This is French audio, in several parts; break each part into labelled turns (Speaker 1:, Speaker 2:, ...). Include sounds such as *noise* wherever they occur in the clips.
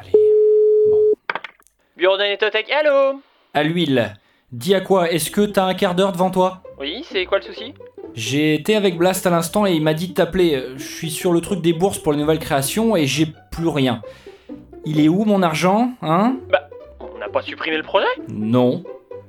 Speaker 1: Allez.
Speaker 2: Bureau de Nétothèque, allô
Speaker 1: À l'huile. Dis à quoi Est-ce que t'as un quart d'heure devant toi
Speaker 2: Oui, c'est quoi le souci
Speaker 1: J'ai été avec Blast à l'instant et il m'a dit de t'appeler. Euh, Je suis sur le truc des bourses pour les nouvelles créations et j'ai plus rien. Il est où mon argent, hein
Speaker 2: On n'a pas supprimé le projet
Speaker 1: Non.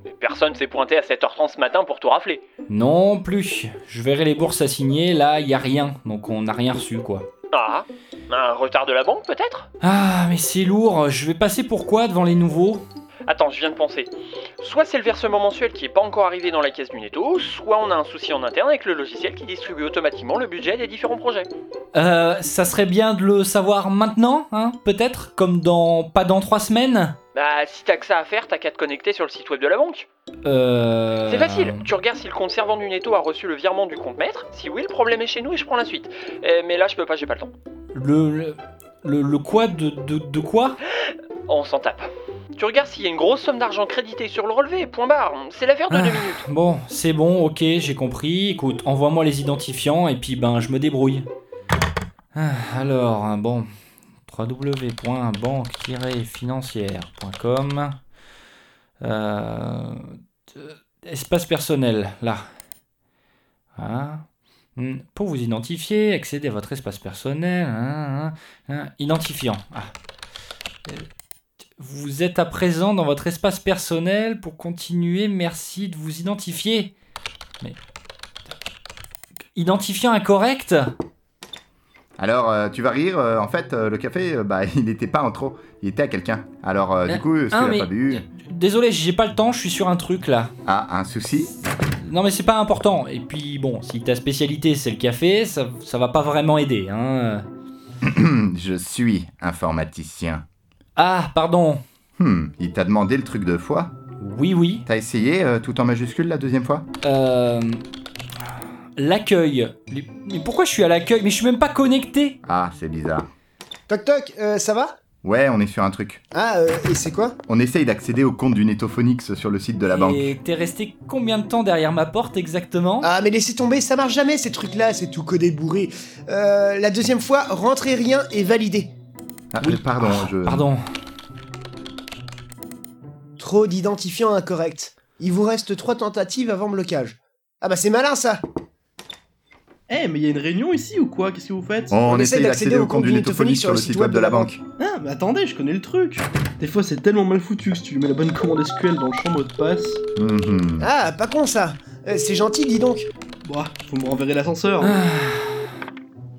Speaker 2: Mais Personne s'est pointé à 7h30 ce matin pour tout rafler.
Speaker 1: Non plus. Je verrai les bourses assignées, là, y a rien. Donc on n'a rien reçu, quoi.
Speaker 2: Ah Un retard de la banque peut-être
Speaker 1: Ah, mais c'est lourd. Je vais passer pour quoi devant les nouveaux
Speaker 2: Attends, je viens de penser. Soit c'est le versement mensuel qui n'est pas encore arrivé dans la caisse du netto, soit on a un souci en interne avec le logiciel qui distribue automatiquement le budget des différents projets.
Speaker 1: Euh, ça serait bien de le savoir maintenant, hein Peut-être Comme dans... pas dans trois semaines
Speaker 2: Bah, si t'as que ça à faire, t'as qu'à te connecter sur le site web de la banque.
Speaker 1: Euh...
Speaker 2: C'est facile, tu regardes si le compte servant du netto a reçu le virement du compte maître. Si oui, le problème est chez nous et je prends la suite. Eh, mais là, je peux pas, j'ai pas le temps.
Speaker 1: Le... le... Le, le quoi de, de, de quoi
Speaker 2: On s'en tape. Tu regardes s'il y a une grosse somme d'argent créditée sur le relevé, point barre. C'est l'affaire de
Speaker 1: Ah.
Speaker 2: deux minutes.
Speaker 1: Bon, c'est bon, ok, j'ai compris. Écoute, envoie-moi les identifiants et puis ben je me débrouille. Ah, Alors, hein, bon, www.banque-financière.com euh, t- Espace personnel, là. Hein. Hmm, Pour vous identifier, accéder à votre espace personnel. hein, hein, hein. Identifiant. Ah. Vous êtes à présent dans votre espace personnel. Pour continuer, merci de vous identifier. Mais. Identifiant incorrect
Speaker 3: Alors, euh, tu vas rire, euh, en fait, euh, le café, euh, bah, *laughs* il n'était pas en trop, il était à quelqu'un. Alors, euh,
Speaker 1: Euh,
Speaker 3: du coup, si
Speaker 1: ah,
Speaker 3: tu l'as
Speaker 1: mais-
Speaker 3: pas bu,
Speaker 1: Désolé, j'ai pas le temps, je suis sur un truc là.
Speaker 3: ah, un souci
Speaker 1: Non mais c'est pas important. Et puis bon, si ta spécialité c'est le café, ça, ça va pas vraiment aider. Hein.
Speaker 3: Hmm, Je suis informaticien.
Speaker 1: Ah, pardon.
Speaker 3: Hmm, il t'a demandé le truc deux fois.
Speaker 1: Oui, oui.
Speaker 3: T'as essayé euh, tout en majuscule la deuxième fois
Speaker 1: Euh... L'accueil. Les- Mais pourquoi je suis à l'accueil Mais je suis même pas connecté.
Speaker 3: Ah, c'est bizarre.
Speaker 4: Toc toc, euh, ça va
Speaker 3: Ouais, on est sur un truc.
Speaker 4: Ah, euh, et c'est quoi
Speaker 3: On essaye d'accéder au compte du Netophonix sur le site de la banque.
Speaker 1: Et t'es resté combien de temps derrière ma porte exactement
Speaker 4: Ah, mais laissez tomber, ça marche jamais ces trucs-là, c'est tout codé bourré. Euh, la deuxième fois, rentrez rien et validez.
Speaker 3: Ah,
Speaker 1: oui.
Speaker 3: pardon, je...
Speaker 1: Pardon.
Speaker 4: Trop d'identifiants incorrects. Il vous reste trois tentatives avant blocage. Ah bah c'est malin ça
Speaker 5: Eh, mais il y a une réunion ici ou quoi Qu'est-ce que vous faites
Speaker 3: On, essaye d'accéder au compte du Netophonix sur le site web de la banque.
Speaker 5: Ah, mais attendez, je connais le truc Des fois, c'est tellement mal foutu que si tu lui mets la bonne commande SQL dans le champ mot de passe,
Speaker 3: Mhm.
Speaker 4: Ah, pas con ça Euh, C'est gentil, dis donc
Speaker 5: bah, vous me renverrez l'ascenseur.
Speaker 1: Hein?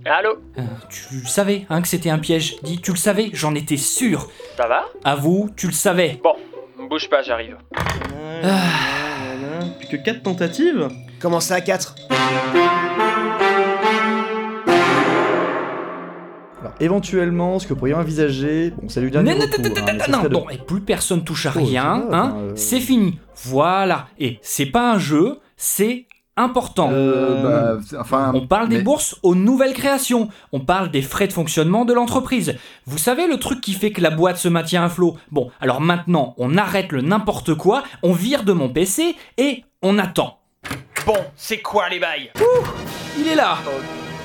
Speaker 2: Allô
Speaker 1: Euh, Tu le savais, hein, que c'était un piège. Dis, tu le savais, j'en étais sûr.
Speaker 2: Ça va
Speaker 1: À vous, tu le savais.
Speaker 2: Bouge pas, j'arrive.
Speaker 5: Nanana, Plus que 4 tentatives
Speaker 4: Comment ça, 4
Speaker 6: Alors, éventuellement, ce que vous pourriez envisager, bon, c'est du
Speaker 1: Non,
Speaker 6: dernier
Speaker 1: non, non,
Speaker 6: recours, hein, mais ça
Speaker 1: non, non,
Speaker 6: serait de-
Speaker 1: bon, et plus personne touche à
Speaker 6: Oh,
Speaker 1: rien,
Speaker 6: ça va,
Speaker 1: hein.
Speaker 6: enfin, euh,
Speaker 1: C'est fini. Voilà. Et c'est pas un jeu, c'est important.
Speaker 3: Euh, bah, enfin...
Speaker 1: On parle des
Speaker 3: mais-
Speaker 1: bourses aux nouvelles créations. On parle des frais de fonctionnement de l'entreprise. Vous savez le truc qui fait que la boîte se maintient à flot Bon, alors maintenant, on arrête le n'importe quoi, on vire de mon PC et on attend.
Speaker 2: Bon, c'est quoi les bails
Speaker 1: Il est là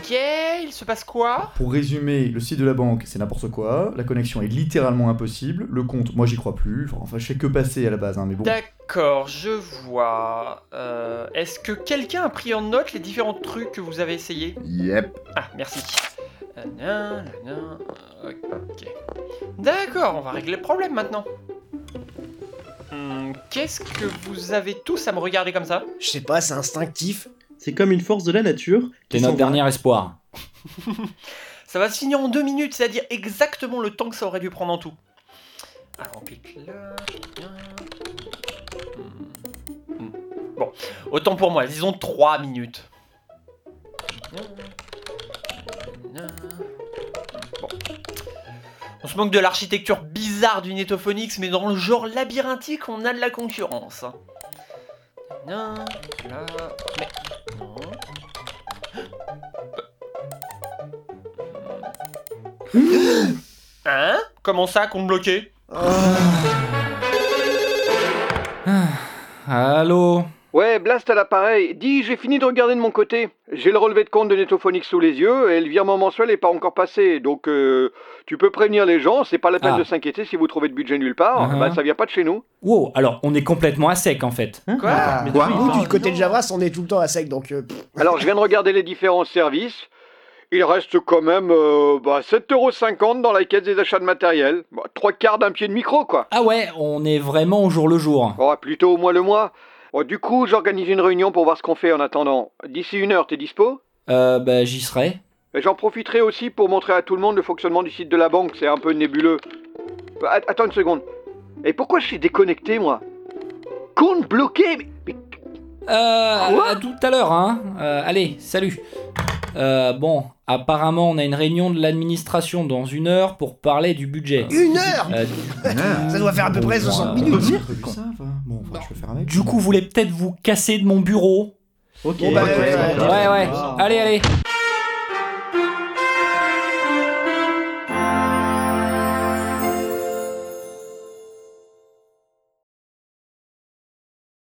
Speaker 2: Ok, il se passe quoi
Speaker 6: Pour résumer, le site de la banque, c'est n'importe quoi, la connexion est littéralement impossible, le compte, moi j'y crois plus, enfin je sais que passer à la base, hein, mais bon.
Speaker 2: D'accord, je vois. Euh, Est-ce que quelqu'un a pris en note les différents trucs que vous avez essayés
Speaker 3: Yep.
Speaker 2: Ah, merci. Euh, nan, nan, euh, ok. D'accord, on va régler le problème maintenant. Hmm, Qu'est-ce que vous avez tous à me regarder comme ça
Speaker 4: Je sais pas, c'est instinctif.
Speaker 5: C'est comme une force de la nature.
Speaker 1: T'es
Speaker 5: qui
Speaker 1: notre
Speaker 5: s'en va.
Speaker 1: dernier espoir.
Speaker 2: Ça va se finir en deux minutes, c'est-à-dire exactement le temps que ça aurait dû prendre en tout. Alors, on clique là. là. Hmm. Hmm. Bon, autant pour moi, disons trois minutes. Bon. On se manque de l'architecture bizarre du Netophonix, mais dans le genre labyrinthique, on a de la concurrence. Là, là, mais... non. Hein Comment ça, compte bloqué
Speaker 4: Oh.
Speaker 1: Allô
Speaker 7: Ouais, Blast à l'appareil. Dis, j'ai fini de regarder de mon côté. J'ai le relevé de compte de Netophonics sous les yeux et le virement mensuel n'est pas encore passé. Donc, euh, tu peux prévenir les gens, c'est pas la peine
Speaker 1: Ah.
Speaker 7: de s'inquiéter si vous trouvez de budget nulle part.
Speaker 1: Mhm.
Speaker 7: Bah, ça vient pas de chez nous.
Speaker 1: Wow, alors on est complètement à sec en fait.
Speaker 2: Quoi
Speaker 4: Ah,
Speaker 2: Mais
Speaker 3: quoi
Speaker 2: d'où il
Speaker 4: Nous,
Speaker 2: parle
Speaker 4: du côté de
Speaker 2: Non.
Speaker 4: Javras, on est tout le temps à sec, donc... euh, pff.
Speaker 7: Alors, je viens de regarder les différents services. Il reste quand même euh, bah, 7,50€ dans la caisse des achats de matériel. Bah, trois quarts d'un pied de micro, quoi.
Speaker 1: Ah ouais, on est vraiment au jour le jour.
Speaker 7: Oh, plutôt au mois le mois. Bon, du coup, j'organise une réunion pour voir ce qu'on fait en attendant. D'ici une heure, t'es dispo
Speaker 1: Euh, bah j'y serai.
Speaker 7: Et J'en profiterai aussi pour montrer à tout le monde le fonctionnement du site de la banque, c'est un peu nébuleux. Bah, att- Attends une seconde. Et pourquoi je suis déconnecté, moi Compte bloqué mais- mais-
Speaker 1: Euh, à-
Speaker 7: Quoi
Speaker 1: à tout à l'heure, hein. Euh, allez, salut. Euh, bon, apparemment on a une réunion de l'administration dans une heure pour parler du budget.
Speaker 4: Une heure
Speaker 1: Euh,
Speaker 3: Ah.
Speaker 4: Ça doit faire à peu près 60
Speaker 6: On peut
Speaker 4: minutes.
Speaker 6: dire que ça, va. Bon, enfin, je peux faire avec.
Speaker 1: du coup, vous voulez peut-être vous casser de mon bureau
Speaker 5: Ok.
Speaker 4: Bon, bah,
Speaker 3: ouais, ouais,
Speaker 5: Ah.
Speaker 1: Ouais, ouais. Allez, allez.